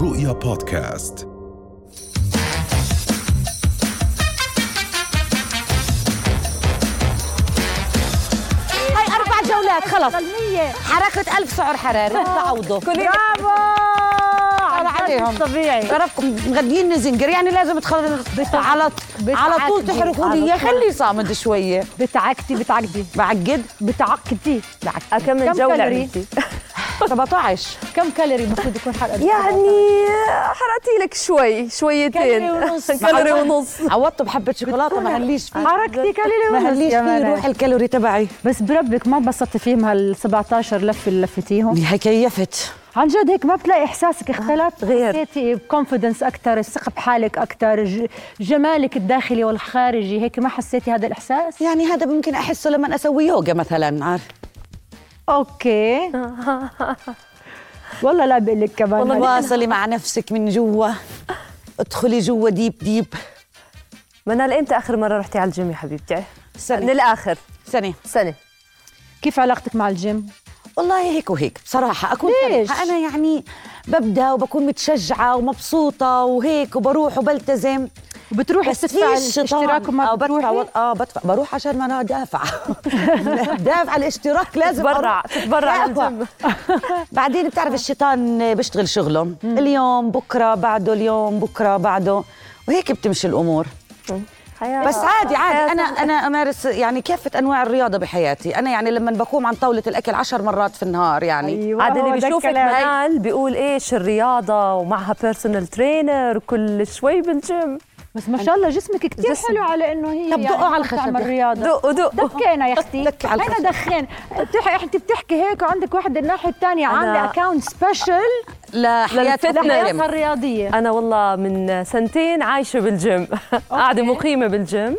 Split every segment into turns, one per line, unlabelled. رؤيا بودكاست
هاي اربع جولات خلص حركه ألف سعر حراري
آه.
تعوضه
برافو
طلع عليهم.
طبيعي
طرفكم مغديين زنجر يعني لازم تخلص على على طول
بتعقدي.
تحرقوا لي
على
إياه.
طول.
خلي صامد شويه
بتعكتي بتعكدي
بعقد
بتعكدي
بعقد
كم
كم جولة
كالوري؟
عملتي؟
17
كم كالوري المفروض يكون حرقة
يعني حرقتي لك شوي شويتين
كالوري ونص.
كالوري ونص
عوضته بحبه شوكولاته ما هليش فيه
حركتي كالوري
ما هليش
ونص يا
فيه
مرة.
روح الكالوري تبعي
بس بربك ما انبسطت فيهم هال 17 لفه اللي لفتيهم
هي كيفت
عن جد هيك ما بتلاقي احساسك
آه،
اختلف
غير.
حسيتي بكونفدنس اكثر الثقه بحالك اكثر جمالك الداخلي والخارجي هيك ما حسيتي هذا الاحساس
يعني هذا ممكن احسه لما اسوي يوجا مثلا عارف
اوكي والله لا بقول لك كمان
والله
هاي.
واصلي مع نفسك من جوا ادخلي جوا ديب ديب
منال امتى اخر مره رحتي على الجيم يا حبيبتي؟
سنه
للاخر
سنه
سنه
كيف علاقتك مع الجيم
والله هيك وهيك بصراحة أكون
ليش؟
فرحة. أنا يعني ببدأ وبكون متشجعة ومبسوطة وهيك وبروح وبلتزم
وبتروحي
بس
تدفعي
فيش
الاشتراك وما
آه بدفع
بتروحي
وال- اه بدفع بروح عشان ما انا دافع دافع الاشتراك لازم
تتبرع
أروح.
تتبرع على
أقوى.
الجيم
بعدين بتعرف الشيطان بيشتغل شغله اليوم بكرة بعده اليوم بكرة بعده وهيك بتمشي الأمور
حياة.
آه،
بس عادي عادي انا انا امارس يعني كافه انواع الرياضه بحياتي انا يعني لما بقوم عن طاوله الاكل عشر مرات في النهار يعني
عاد
هو
اللي
ده
بيشوفك
الكلام.
منال بيقول ايش الرياضه ومعها بيرسونال ترينر وكل شوي بالجيم
بس ما شاء الله جسمك كثير
جسم.
حلو على انه هي يعني
طب دقوا على
بتعمل
الخشب.
رياضه
دق دق
دكينا يا اختي
دك على الخشب.
انا دخين بتح- انت بتحكي هيك وعندك واحد الناحيه الثانيه عامله اكونت سبيشل
لحياتي
لحياتها الرياضيه
انا والله من سنتين عايشه بالجيم قاعده مقيمه بالجيم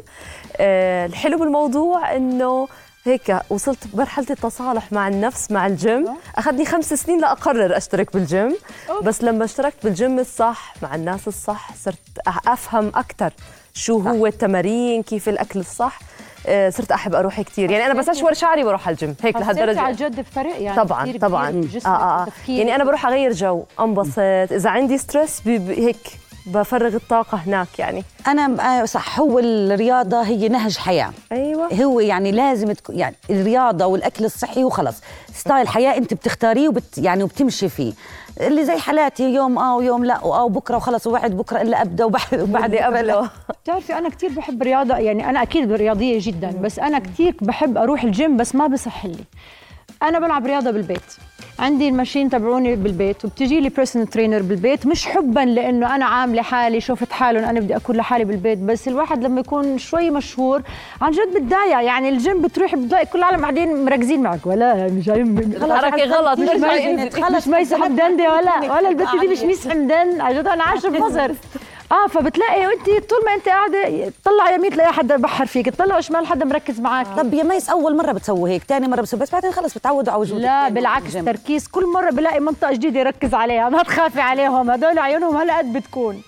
آه، الحلو بالموضوع انه هيك وصلت بمرحلة التصالح مع النفس مع الجيم أخذني خمس سنين لأقرر أشترك بالجيم بس لما اشتركت بالجيم الصح مع الناس الصح صرت أفهم أكثر شو هو التمارين كيف الأكل الصح آه، صرت أحب أروح كثير يعني أنا بس أشور شعري بروح على الجيم هيك
حسيتي
لهالدرجة
على الجد بفرق يعني
طبعا
كتير
طبعا
كبير
آه
جسمك
آه آه.
وتفكيرك.
يعني انا بروح اغير جو انبسط اذا عندي ستريس بي- بي- هيك بفرغ الطاقه هناك يعني
انا آه، صح هو الرياضه هي نهج حياه
أيوة.
ايوه
هو يعني لازم تكون يعني الرياضه والاكل الصحي وخلص ستايل حياه انت بتختاريه وبت يعني وبتمشي فيه اللي زي حالاتي يوم اه ويوم لا واه وبكره وخلص وبعد بكره الا ابدا وبعد وبعد
اللي
بكرة إلا
قبله
بتعرفي انا كثير بحب رياضه يعني انا اكيد رياضيه جدا بس انا كثير بحب اروح الجيم بس ما بصح لي انا بلعب رياضه بالبيت عندي الماشين تبعوني بالبيت وبتجي لي بيرسونال ترينر بالبيت مش حبا لانه انا عامله حالي شفت حالهم انا بدي اكون لحالي بالبيت بس الواحد لما يكون شوي مشهور عن جد بتضايق يعني الجيم بتروحي بتلاقي كل العالم قاعدين مركزين معك ولا مش جايين
حركة غلط
مش
ترجعي
ميسة-
إنت خلص.
مش ميسة حمدان ولا ولا البت دي مش ميس حمدان عن جد انا عايشه بمصر اه فبتلاقي وانت طول ما انت قاعده تطلع يمين تلاقي حدا بحر فيك تطلع شمال حدا مركز معك
طب يا ميس اول مره بتسوي هيك ثاني مره بتسوي بس بعدين خلص بتعودوا على وجودك
لا
يعني
بالعكس
بالجيم.
تركيز كل مره بلاقي منطقه جديده يركز عليها ما تخافي عليهم هدول عيونهم هلا قد بتكون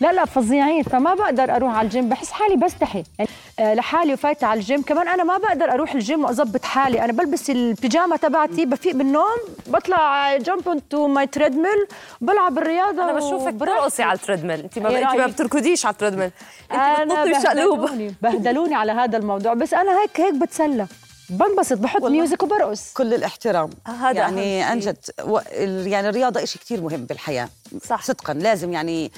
لا لا فظيعين فما بقدر اروح على الجيم بحس حالي بستحي يعني آه، لحالي وفايته على الجيم كمان انا ما بقدر اروح الجيم واظبط حالي انا بلبس البيجامه تبعتي بفيق من النوم بطلع جامب تو ماي تريدميل بلعب الرياضه
انا بشوفك
وبروح.
برقصي على التريدميل انت ما
إيه
انت ما
رأيك؟
بتركضيش على التريدميل انت
انا
بتنطي بالشقلوب
بهدلوني بهدلوني على هذا الموضوع بس انا هيك هيك بتسلى بنبسط بحط ميوزك وبرقص
كل الاحترام
آه، هذا
يعني
أهم
عن
شيء.
جد و... ال- يعني الرياضه شيء كثير مهم بالحياه
صح.
صدقا لازم يعني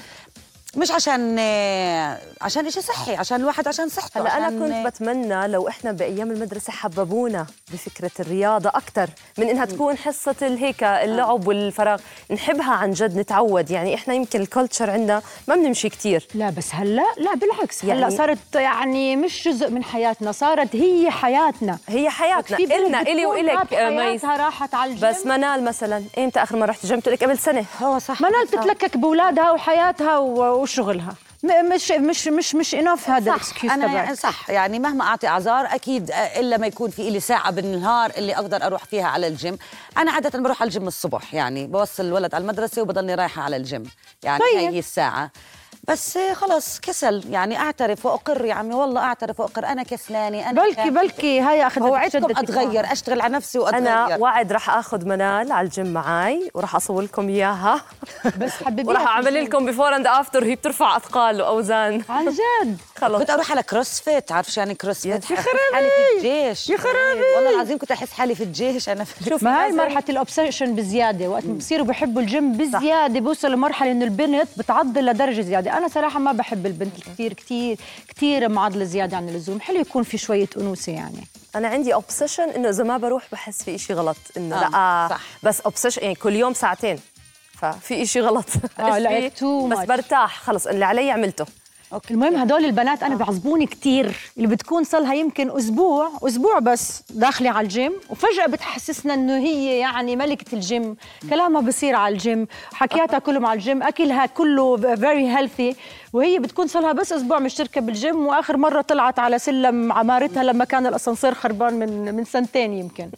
مش عشان آه، عشان شيء صحي عشان الواحد عشان صحته
هلا انا
عشان-
كنت بتمنى لو احنا بايام المدرسه حببونا بفكره الرياضه اكثر من انها تكون حصه الهيك اللعب والفراغ نحبها عن جد نتعود يعني احنا يمكن الكلتشر عندنا ما بنمشي كثير
لا بس هلا لا بالعكس
يعني-
هلا صارت يعني مش جزء من حياتنا صارت هي حياتنا
هي حياتنا
في بنت
النا الي
بتكون ما
والك آه، ميس
بحياتها راحت على الجيم
بس منال مثلا امتى اخر مره رحت جيم لك قبل سنه
هو صح
منال تتلكك باولادها وحياتها و- وشغلها م- مش مش مش مش انف هذا الاكسكيوز
انا يعني
تبعك
صح يعني مهما اعطي اعذار اكيد آه، الا ما يكون في لي ساعه بالنهار اللي اقدر اروح فيها على الجيم انا عاده بروح على الجيم الصبح يعني بوصل الولد على المدرسه وبضلني رايحه على الجيم يعني
طيب.
هي الساعه بس خلص كسل يعني اعترف واقر يا عمي والله اعترف واقر انا كسلانه انا
بلكي بلكي هاي اخذت
بوعدكم
شدت
اتغير اشتغل على نفسي
انا
واتغير
وعد رح اخذ منال على الجيم معي وراح اصور لكم اياها
بس حبيبي
وراح اعمل لكم بيفور اند افتر هي بترفع اثقال واوزان
عن جد
خلص
كنت اروح على كروسفيت عارف شو يعني كروسفيت
يا
أحس حالي في الجيش
يا خرابي.
والله العظيم كنت احس حالي في الجيش انا في
شوف
ما هاي
لازم-
مرحله الاوبسيشن بزياده وقت بصيروا بحبوا الجيم بزياده بوصلوا لمرحله انه البنت بتعضل لدرجه زياده انا صراحه ما بحب البنت كثير كثير كثير معضله زياده عن اللزوم حلو يكون في شويه انوثه يعني
انا عندي اوبسيشن انه اذا ما بروح بحس في إشي غلط انه
آه،
لا
صح.
بس اوبسيشن يعني كل يوم ساعتين ففي إشي غلط
آه،
إيش
لا،
في؟
too
بس
much.
برتاح خلص اللي علي عملته
أوكي. المهم هدول البنات انا بعصبوني كثير اللي بتكون صلها يمكن اسبوع اسبوع بس داخله على الجيم وفجاه بتحسسنا انه هي يعني ملكه الجيم كلامها بصير على الجيم حكياتها كله على الجيم اكلها كله فيري هيلثي وهي بتكون صلها بس اسبوع مشتركه بالجيم واخر مره طلعت على سلم عمارتها لما كان الاسانسير خربان من من سنتين يمكن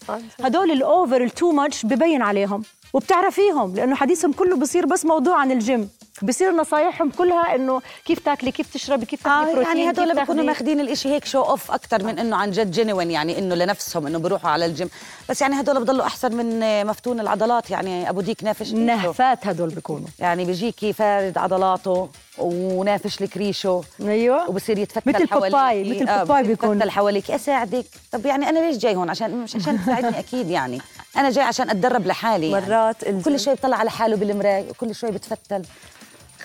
هدول الاوفر التو ماتش ببين عليهم وبتعرفيهم لانه حديثهم كله بصير بس موضوع عن الجيم بصير نصايحهم كلها انه كيف تاكلي كيف تشربي كيف تاخذي
اه
بروتين
يعني هدول
كيف
بيكونوا
تاخدي-
ماخذين الاشي هيك شو اوف اكثر من انه عن جد جنون يعني انه لنفسهم انه بيروحوا على الجيم بس يعني هدول بضلوا احسن من آه، مفتون العضلات يعني ابو ديك نافش ريشه.
نهفات هدول بيكونوا
يعني بيجيكي فارد عضلاته ونافش لك ريشه
ايوه
وبصير يتفتل
مثل
حواليك
باباي، مثل
آه،
باباي
بصير
بيكون.
يتفتل حواليك اساعدك طب يعني انا ليش جاي هون عشان مش عشان تساعدني اكيد يعني انا جاي عشان اتدرب لحالي يعني.
مرات
كل
الجيم
شوي بطلع على حاله بالمراية وكل شوي بتفتل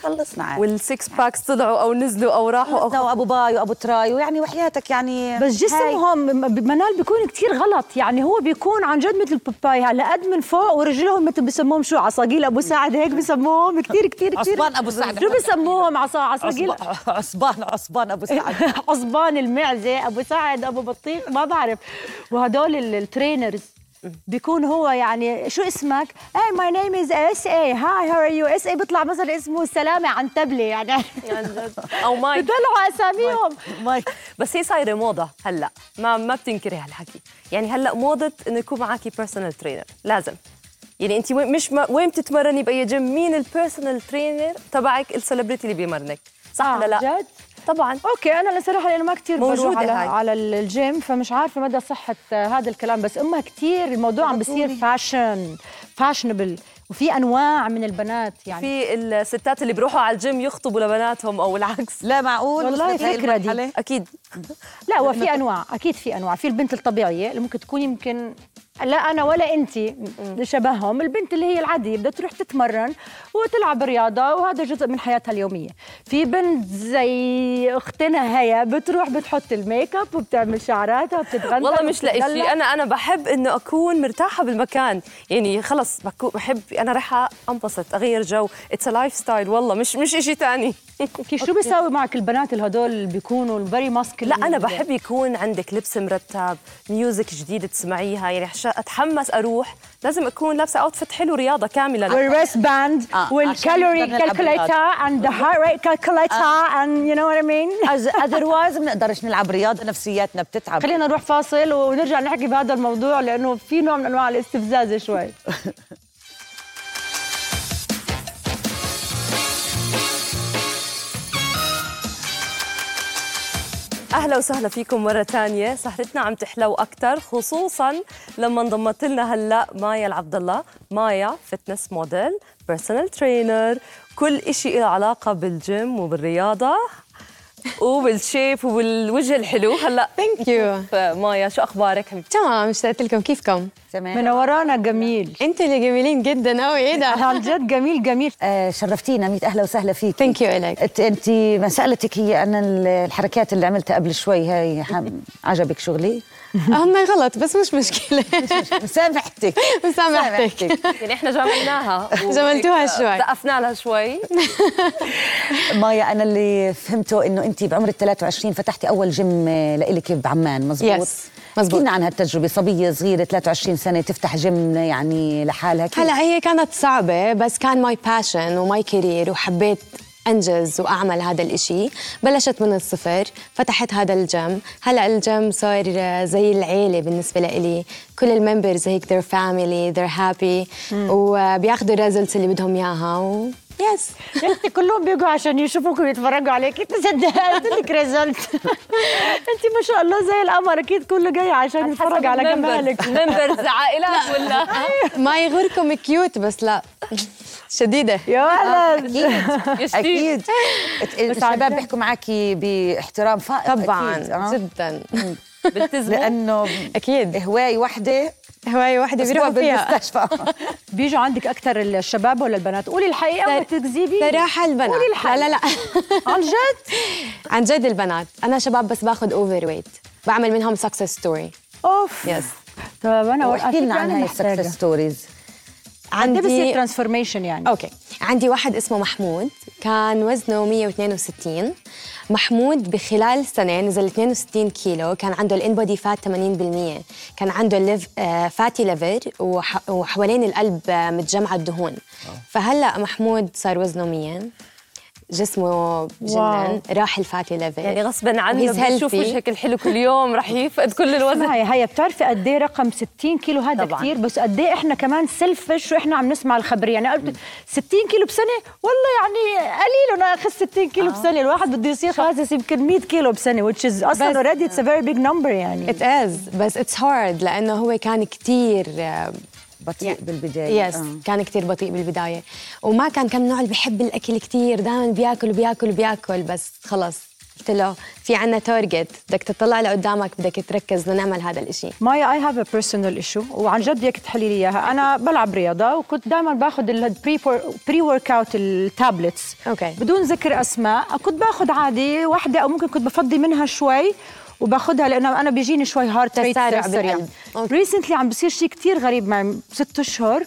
خلصنا عادي
والسكس باكس طلعوا او نزلوا او راحوا او
خلصنا وابو باي وابو تراي ويعني وحياتك يعني
بس
هاي.
جسمهم م- منال بيكون كتير غلط يعني هو بيكون عن جد مثل باباي على قد من فوق ورجلهم مثل بسموهم شو عصاقيل ابو سعد هيك بسموهم كتير كتير كتير
عصبان أبو سعد.
شو بسموهم عصا عصاقيل
عصبان عصبان عصبان ابو سعد
عصبان المعزه ابو سعد ابو بطيخ ما بعرف وهدول ال- الترينرز بيكون هو يعني شو اسمك؟ اي ماي نيم از اس اي هاي هاو ار يو اس اي بيطلع مثلا اسمه سلامه عن تبله يعني
او ماي
بيطلعوا اساميهم
مايك
بس هي صايره موضه هلا ما ما بتنكري هالحكي يعني هلا موضه انه يكون معك بيرسونال ترينر لازم يعني انت وين مش ما وين بتتمرني باي جيم مين البيرسونال ترينر تبعك السليبرتي اللي بيمرنك صح
آه،
ولا لا
آه، جد؟
طبعا
اوكي انا لصراحه لانه ما كثير بروح
موجودة
على
هاي.
على الجيم فمش عارفه مدى صحه آه، هذا الكلام بس اما كثير الموضوع عم بصير فاشن فاشنبل وفي انواع من البنات يعني
في الستات اللي بيروحوا على الجيم يخطبوا لبناتهم او العكس
لا معقول
والله
وصلت هاي
فكرة دي.
المرحلة؟
اكيد
لا هو في انواع اكيد في انواع في البنت الطبيعيه اللي ممكن تكون يمكن لا انا ولا انت شبههم البنت اللي هي العاديه بدها تروح تتمرن وتلعب رياضه وهذا جزء من حياتها اليوميه في بنت زي اختنا هيا بتروح بتحط الميك اب وبتعمل شعراتها وبتتغنى
والله مش لاقي
وبتتدلع.
شيء انا انا بحب انه اكون مرتاحه بالمكان يعني خلص بكو- بحب انا رايحه انبسط اغير جو اتس لايف ستايل والله مش مش شيء ثاني
كيف شو بيساوي معك البنات اللي هدول اللي بيكونوا فيري ماسكلين
لا انا بحب يكون عندك لبس مرتب ميوزك جديده تسمعيها يعني عشان اتحمس اروح لازم اكون لابسه اوتفيت حلو رياضه كامله
والريست باند
آه،
والكالوري
عشان نقدر نلعب
كالكوليتر and the heart rate calculator
آه.
and you know what I mean
اذروايز بنقدرش نلعب رياضه نفسياتنا بتتعب
خلينا نروح فاصل ونرجع نحكي بهذا الموضوع لانه في نوع من انواع الاستفزاز شوي
اهلا وسهلا فيكم مره ثانيه سهرتنا عم تحلو اكثر خصوصا لما انضمت لنا هلا مايا العبد الله مايا فتنس موديل بيرسونال ترينر كل شيء له علاقه بالجيم وبالرياضه وبالشيب وبالوجه الحلو هلا
ثانك يو
مايا شو اخبارك حبيبتي
تمام اشتقت لكم كيفكم؟
تمام
منورانا جميل
انتوا اللي جميلين جدا قوي ايه ده؟
عن جد جميل جميل
آه شرفتينا ميت اهلا وسهلا فيك
ثانك يو الك
انت انت مسالتك هي انا ال- الحركات اللي عملتها قبل شوي هاي حم- عجبك شغلي
هم غلط بس مش مشكله
سامحتك
مسامحتك
يعني احنا جملناها
جملتوها شوي.
دقفنا لها شوي
مايا انا اللي فهمته انه انت بعمر ال 23 فتحتي اول جيم آه، لإلك بعمان مزبوط
Yes، مزبوط.
حكينا عن هالتجربه صبيه صغيره 23 سنه تفتح جيم يعني لحالها كيف؟
هلا هي كانت صعبه بس كان ماي باشن وماي كارير وحبيت انجز واعمل هذا الاشي بلشت من الصفر فتحت هذا الجيم هلا الجيم صار زي العيله بالنسبه لإلي كل الممبرز هيك they're family they're happy وبياخذوا الريزلتس اللي بدهم اياها و... Yeah. يس
رحتي كلهم بيجوا عشان يشوفوك ويتفرجوا عليك انت صدقها قلت لك ريزلت انت ما شاء الله زي القمر اكيد كله جاي عشان يتفرج على جمالك
ممبرز عائلات ولا
ما يغركم كيوت بس لا شديده
يا ولد
اكيد الشباب بيحكوا معك باحترام فائق
طبعا
أكيد. آه.
جدا
بتزموا
لانه
اكيد
هوايه وحده
هوايه واحده
بيروحوا
بيروحوا فيها
بالمستشفى
بيجوا عندك اكثر الشباب ولا البنات قولي الحقيقه وما
صراحة-
تكذبي
صراحه البنات
قولي الحق.
لا لا لا
عن جد
عن جد البنات انا شباب بس باخذ اوفر ويت بعمل منهم سكسس ستوري
اوف
يس
طب انا
واحكي لنا عن هاي السكسس ستوريز
عندي بصير
عندي
ترانسفورميشن يعني
اوكي عندي واحد اسمه محمود كان وزنه 162 محمود بخلال سنه نزل 62 كيلو كان عنده الان بودي فات 80% كان عنده الليف فاتي ليفر وح... وحوالين القلب آه، متجمعه الدهون فهلا محمود صار وزنه 100 جسمه
واو.
جنن راح الفاتي ليفر
يعني غصبا عنه
He's
بشوف
healthy.
وجهك الحلو كل يوم رح يفقد كل الوزن
هاي هي بتعرفي قد ايه رقم 60 كيلو هذا
طبعاً.
كثير بس قد ايه احنا كمان سلفش واحنا عم نسمع الخبر يعني قلت 60 كيلو بسنه والله يعني قليل انا اخذ 60 كيلو بسنه الواحد بده يصير خاسس يمكن 100 كيلو بسنه which is اصلا
بس-
already it's a very big number يعني
It is بس it's hard لأنه هو كان كتير آه،
بطيء
يعني،
بالبدايه
يس
آه.
كان كتير بطيء بالبداية وما كان كان من النوع اللي بحب الأكل كتير دائما بياكل وبياكل وبياكل بس خلص قلت له في عنا تارجت بدك تطلع لقدامك بدك تركز لنعمل هذا الإشي
مايا اي هاف ا بيرسونال ايشو وعن جد بدك تحلي لي اياها انا بلعب رياضه وكنت دائما باخذ البري ورك اوت التابلتس
أوكي.
بدون ذكر اسماء كنت باخذ عادي واحده او ممكن كنت بفضي منها شوي وباخذها لانه انا بيجيني شوي هارت ريت
تسارع
سريع
بالقلب. أوكي.
ريسنتلي عم بصير شيء كثير غريب معي ست اشهر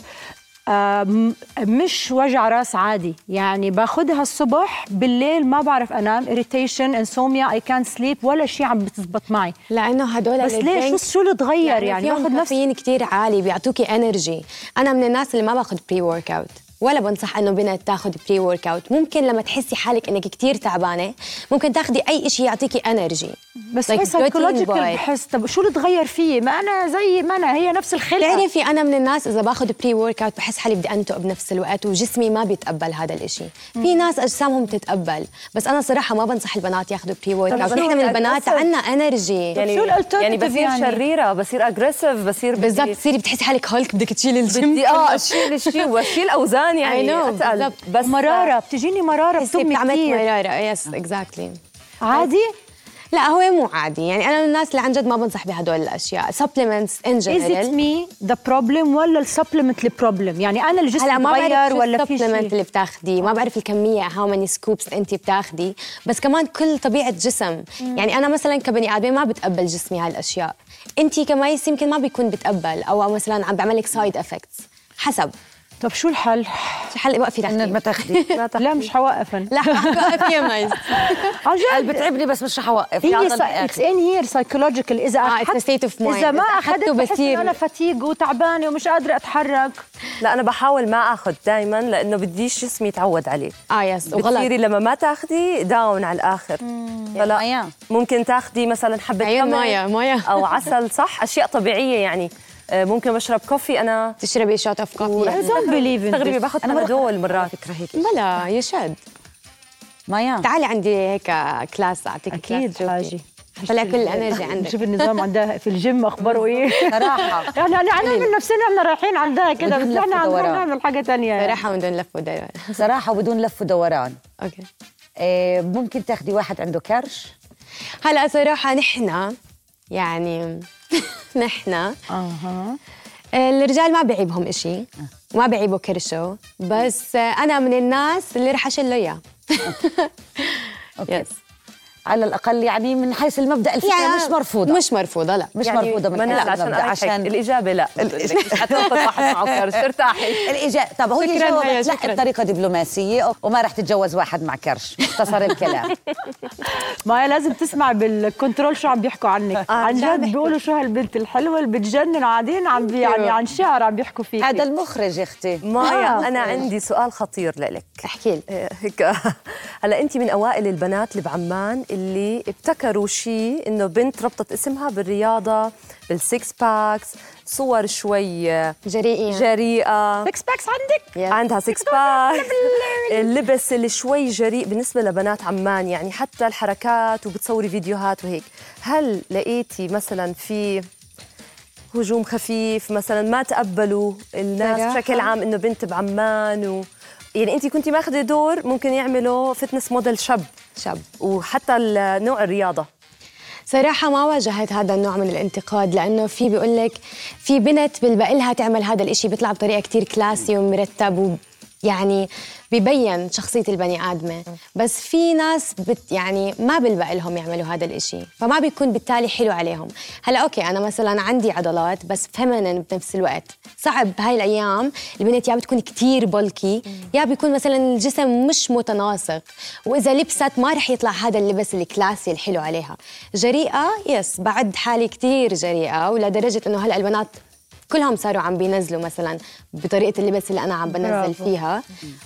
آم، مش وجع راس عادي يعني باخذها الصبح بالليل ما بعرف انام اريتيشن انسوميا اي كان سليب ولا شيء عم بتزبط معي
لأنه هدول
بس ليه شو شو اللي تغير يعني باخذ نفس
كافيين كتير عالي بيعطوكي انرجي انا من الناس اللي ما باخذ بري ورك اوت ولا بنصح انه بنت تاخذ بري ورك اوت ممكن لما تحسي حالك انك كتير تعبانه ممكن تاخذي اي شيء يعطيكي انرجي
بس هي سايكولوجيكال بحس طب شو اللي تغير فيي ما انا زي ما انا هي نفس
آه.
الخلقه
بتعرفي انا يعني من الناس اذا باخذ بري ورك اوت بحس حالي بدي انتق بنفس الوقت وجسمي ما بيتقبل هذا الإشي في ناس اجسامهم بتتقبل بس انا صراحه ما بنصح البنات ياخذوا بري ورك
طب
اوت
شو
نحن من
بدك
البنات
تأثر؟
عنا انرجي
يعني
شو ال alternative
يعني بصير
يعني؟
شريره بصير اجريسيف بصير بدي-
بالضبط تصيري بتحسي حالك هولك بدك تشيلي الجيم
بدي اه اشيل شيء واشيل اوزان
I
يعني
know،
اتقل
بالضبط.
بس
مراره بتجيني مراره
بتحسي
بتمي
بتعمل
كثير
مرارة يس
آه.
اكزاكتلي
عادي
لا هو مو عادي يعني انا من الناس اللي عن جد ما بنصح بهدول الاشياء سبلمنتس ان
از ات
جنرال
مي ذا بروبلم ولا السبلمنت البروبلم يعني انا الجسم
هلا ما بعرف
تغير
شو
ولا في
السبلمنت
شيء
اللي بتاخدي ما بعرف الكميه هاو ماني سكوبس انت بتاخدي بس كمان كل طبيعه جسم يعني انا مثلا كبني ادمه ما بتقبل جسمي هالاشياء انت كميس يمكن ما بيكون بتقبل او مثلا عم بعمل لك سايد افكتس حسب
طب شو الحل
شو حل وقفي
انك ما
تحكي
تاخذي
لا مش حوقف انا
لا وقفي يا ميس
عن جد
بتعبني بس مش رح اوقف
يعني
هي
يعطل
اتس
آخر.
ان هير سايكولوجيكال اذا
آه، it's a
اخذت
state of mind.
اذا ما
إذا
اخذت
أخدته
بحس
بصير.
انه انا فتيق وتعبانه ومش قادره اتحرك
لا انا بحاول ما اخذ دائما لانه بديش جسمي يتعود عليه
اه يس وغلط
بتصيري لما ما تاخدي داون على الاخر
يا
يعني
فلا
مايا.
ممكن تاخدي مثلا حبه
عيون
تمر
مايا- مايا.
او عسل صح اشياء طبيعيه يعني آه، ممكن بشرب كوفي انا
تشربي شوت اوف
I
كوفي
don't believe in
تغربي
this.
باخذ بنادول مرات
فكره هيك
بلا يشد
مايا
تعالي عندي هيك كلاس اعطيك
اكيد
كلاس
حاجه
طلع كل الانرجي عندك
شوف النظام عندها في الجيم اخباره ايه
صراحه
يعني انا انا من نفسنا احنا رايحين عندها كده بس
بدون لف
احنا عندنا
ودوران.
نعمل حاجه ثانيه يعني.
راحة بدون لف ودوران
صراحه وبدون لف ودوران
اوكي
آه، ممكن تاخدي واحد عنده كرش
هلا صراحة نحن يعني نحن آه،
آه. اها
الرجال ما بيعيبهم إشي ما بيعيبوا كرشه بس آه، أنا من الناس اللي رح أشله إياه
اوكي
يس
على الاقل يعني من حيث المبدا الفكره مش مرفوضه مش,
يعني مش مرفوضة لا
مش
يعني
مرفوضه من
ما
حيث
لا عشان
المبدا
عشان
عشان
الاجابه لا حتنطط واحد معه كرش ارتاحي
الإجابة طب هو
شكراً
يجاوبك لا
هيا، شكراً.
بطريقة دبلوماسية وما رح تتجوز واحد مع كرش مختصر الكلام
ما هي لازم تسمع بالكنترول شو عم بيحكوا عنك عن
آه، شو عم
جد
بيحكوا؟ أيوه.
بيقولوا شو هالبنت الحلوه اللي بتجنن قاعدين عم بي يعني عن شعر عم بيحكوا فيك
هذا المخرج يا أختي
مايا انا عندي سؤال خطير لك
احكي لي
هيك هلا انت من اوائل البنات اللي بعمان اللي اللي ابتكروا شيء انه بنت ربطت اسمها بالرياضه بالسكس باكس صور شوي آه،
جريئين
جريئه
سكس باكس عندك
يس.
عندها سكس باك اللبس اللي شوي جريء بالنسبه لبنات عمان يعني حتى الحركات وبتصوري فيديوهات وهيك هل لقيتي مثلا في هجوم خفيف مثلا ما تقبلوا الناس
صراحة.
بشكل عام انه بنت بعمان و... يعني انت كنتي ماخذه دور ممكن يعملوا فتنس موديل شاب
شاب
وحتى ال- نوع الرياضه
صراحة ما واجهت هذا النوع من الانتقاد لأنه في بيقول لك في بنت بالبق لها تعمل هذا الإشي بيطلع بطريقة كتير كلاسي ومرتب و يعني ببين شخصية البني آدمة بس في ناس بت يعني ما بالبق لهم يعملوا هذا الإشي فما بيكون بالتالي حلو عليهم هلا أوكي أنا مثلا عندي عضلات بس فمنن بنفس الوقت صعب هاي الأيام البنت يا بتكون كتير بلكي يا بيكون مثلا الجسم مش متناسق وإذا لبست ما رح يطلع هذا اللبس الكلاسي الحلو عليها جريئة يس بعد حالي كتير جريئة ولدرجة إنه هلأ البنات كلهم صاروا عم بينزلوا مثلا بطريقة اللبس اللي أنا عم بنزل
برافو.
فيها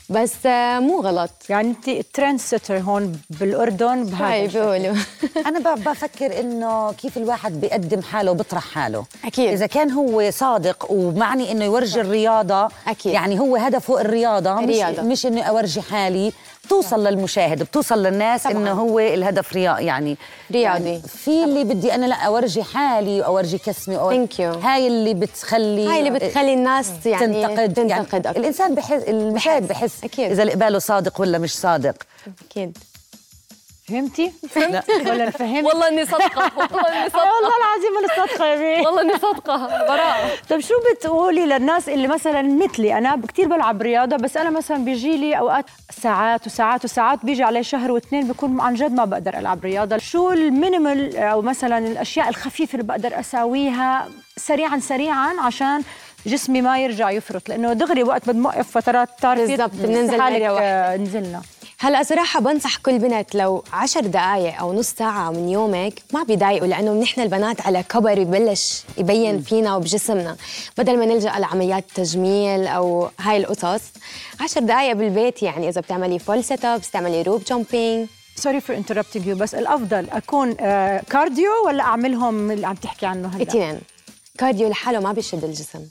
بس آه، مو غلط
يعني انت الترند سيتر هون بالاردن
هاي
بهذا
بيقولوا
انا ب- بفكر انه كيف الواحد بيقدم حاله وبيطرح حاله
أكيد.
اذا كان هو صادق ومعني انه يورجي الرياضه
أكيد.
يعني هو هدفه الرياضه مش
الرياضة.
مش انه اورجي حالي توصل للمشاهد بتوصل للناس
طبعاً.
انه هو الهدف ريا يعني
رياضي.
يعني في اللي بدي انا لا اورجي حالي واورجي كسمي أو
Thank you.
هاي اللي بتخلي
هاي اللي بتخلي الناس يعني
تنتقد
تنتقد
يعني
أكتر.
الانسان بحس المشاهد بحس
أكيد.
اذا اللي قباله صادق ولا مش صادق
أكيد
فهمتي؟ فهمت ولا فهمت؟
والله اني صدقه والله اني
آه والله العظيم انا صادقه يا بيه
والله اني صدقه براءه
طب شو بتقولي للناس اللي مثلا مثلي انا كثير بلعب رياضه بس انا مثلا بيجي لي اوقات ساعات وساعات وساعات بيجي علي شهر واثنين بكون عن جد ما بقدر العب رياضه شو المينيمال او مثلا الاشياء الخفيفه اللي بقدر اساويها سريعا سريعا عشان جسمي ما يرجع يفرط لانه دغري وقت بدنا نوقف فترات تعرفي
بالضبط، بننزل
حالك،
مرة واحدة.
آه، نزلنا
هلا صراحة بنصح كل بنت لو عشر دقايق أو نص ساعة من يومك ما بيضايقوا لأنه منحن البنات على كبر يبلش يبين فينا وبجسمنا بدل ما نلجأ لعمليات تجميل أو هاي القصص عشر دقايق بالبيت يعني إذا بتعملي فول سيت أبس بتعملي روب جامبينج
سوري فور انتربتنج يو بس الافضل اكون آه، كارديو ولا اعملهم اللي عم تحكي عنه هلا
اتنين كارديو لحاله ما بيشد الجسم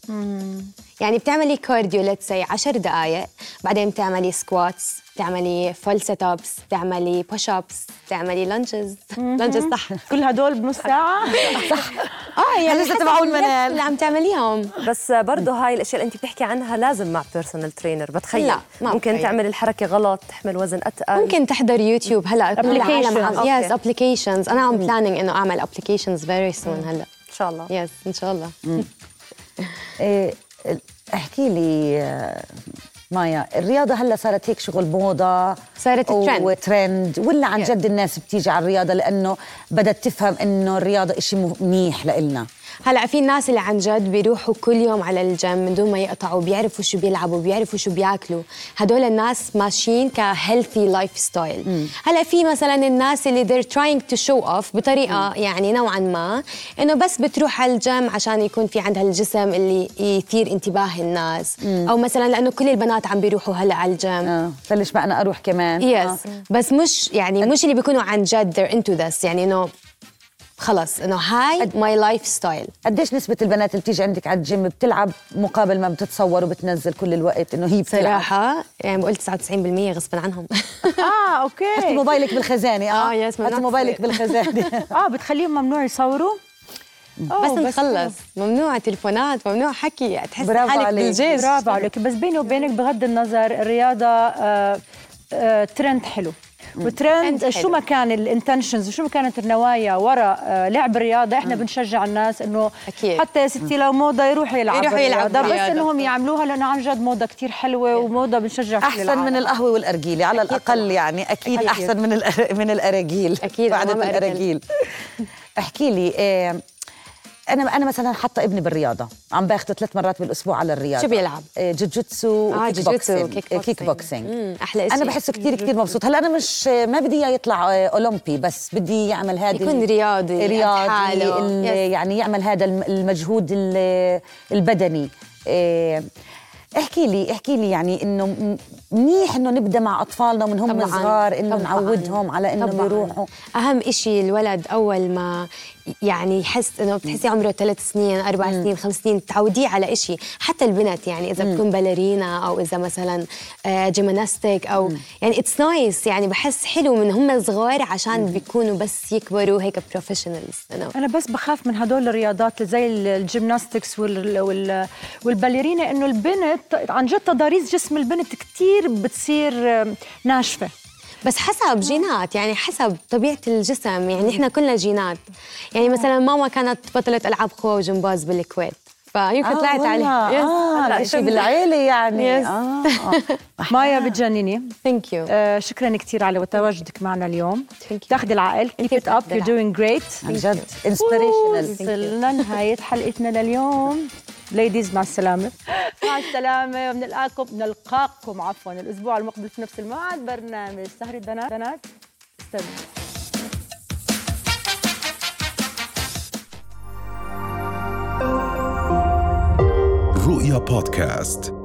يعني بتعملي كارديو ليتس 10 دقائق بعدين بتعملي سكواتس بتعملي فول سيت ابس بتعملي بوش ابس بتعملي لانجز لانجز صح
كل هدول بنص ساعه
اه يعني
لسه
حسب
تبعون
اللبس
منال.
اللي عم تعمليهم
بس برضه هاي الاشياء اللي انت بتحكي عنها لازم مع بيرسونال ترينر بتخيل
لا، ما
ممكن
بتخيل.
تعمل الحركه غلط تحمل وزن اتقل
ممكن تحضر يوتيوب هلا
Applications.
يس
أوكي.
ابلكيشنز انا عم بلانينج انه اعمل ابلكيشنز فيري سون هلا
ان شاء الله
يس ان شاء الله
إيه، احكي لي آه، مايا الرياضة هلا صارت هيك شغل موضة
صارت
و-
ترند.
وترند ولا عن
Yes.
جد الناس بتيجي على الرياضة لأنه بدت تفهم إنه الرياضة إشي مو- منيح لإلنا
هلا في الناس اللي عن جد بيروحوا كل يوم على الجيم من دون ما يقطعوا بيعرفوا شو بيلعبوا بيعرفوا شو بياكلوا هدول الناس ماشيين كهيلثي لايف ستايل هلا في مثلا الناس اللي they're trying to show off بطريقه يعني نوعا ما انه بس بتروح على الجيم عشان يكون في عندها الجسم اللي يثير انتباه الناس او مثلا لانه كل البنات عم بيروحوا هلا على الجيم
آه. فليش ما أنا أروح كمان آه.
يس بس مش يعني مش اللي بيكونوا عن جد they're into this يعني انه خلص انه هاي ماي لايف ستايل
قديش نسبة البنات اللي بتيجي عندك على الجيم بتلعب مقابل ما بتتصور وبتنزل كل الوقت إنه هي بتلعب
صراحة يعني بقول 99% غصبا عنهم
اه
حطي
اوكي
موبايلك بالخزانة
آه، يس، ممنوع
حطي موبايلك
تصير.
بالخزانة
اه بتخليهم ممنوع يصوروا أوه،
بس نخلص ممنوع تلفونات ممنوع حكي تحس
برافو
حالك
عليك.
بالجيش
إيه، برافو عليك بس بيني وبينك بغض النظر الرياضه آه آه ترند حلو وترند
ترند
شو
حلو.
ما كان الانتنشنز وشو ما كانت النوايا وراء آه لعب الرياضه احنا بنشجع الناس انه
أكيد.
حتى يا ستي لو موضه يروح يلعب
يروحوا يلعبوا
الرياضة، بس
رياضة.
انهم يعملوها لانه عن جد موضه كتير حلوه وموضه بنشجع كل
أحسن
العالم.
من القهوة والأرجيلة على الأقل يعني أكيد,
أكيد.
أحسن من الأر- من الأراجيل
أكيد،
قعدة
أمام أراجيل.
الأراجيل احكي لي إيه، أنا أنا مثلا حاطة ابني بالرياضة عم باخده ثلاث مرات بالأسبوع على الرياضة
شو بيلعب؟
إيه، جوجيتسو
آه،
وكيك
جوجيتسو
بوكسينج
وكيك
إيه، كيك
بوكسينج.
بوكسينج
مم، أحلى إشي.
أنا بحسه كتير كتير مبسوط هلا أنا مش ما بدي إياه يطلع إيه، أولمبي بس بدي يعمل هذا
يكون رياضي،
رياضي
حاله.
ال-
يس.
يعني يعمل هذا الم- المجهود ال- البدني إيه، احكي لي احكي لي يعني انه م- منيح انه نبدا مع اطفالنا من هم
طبعاً،
صغار انه
طبعاً،
نعودهم على انهم
طبعاً.
يروحوا
اهم إشي الولد اول ما يعني يحس انه بتحسي عمره ثلاث سنين اربع سنين خمس سنين تعوديه على إشي حتى البنت يعني اذا بتكون باليرينا او اذا مثلا آه، جيمناستيك او يعني اتس نايس يعني بحس حلو من هم صغار عشان بيكونوا بس يكبروا هيك بروفيشنالز انه
انا بس بخاف من هدول الرياضات زي ال- الجيمناستكس وال وال والباليرينا انه البنت عن جد تضاريس جسم البنت كثير بتصير آم، ناشفه
بس حسب جينات يعني حسب طبيعة الجسم يعني احنا كلنا جينات يعني مثلا ماما كانت بطلة ألعاب قوى وجمباز بالكويت فيمكن
آه،
طلعت
والله.
عليها
اه
هلا
الاشي
فهمت.
بالعيله يعني
Yes.
اه
مايا بتجنني
ثانك يو
آه، شكرا كثير على تواجدك معنا اليوم تاخذي العقل keep it up you're doing great
عن جد انسبريشنال
وصلنا نهاية حلقتنا لليوم ليديز مع السلامة مع السلامة بنلقاكم بنلقاكم عفوا الأسبوع المقبل في نفس الموعد برنامج سهرة بنات بنات استنوا
رؤيا بودكاست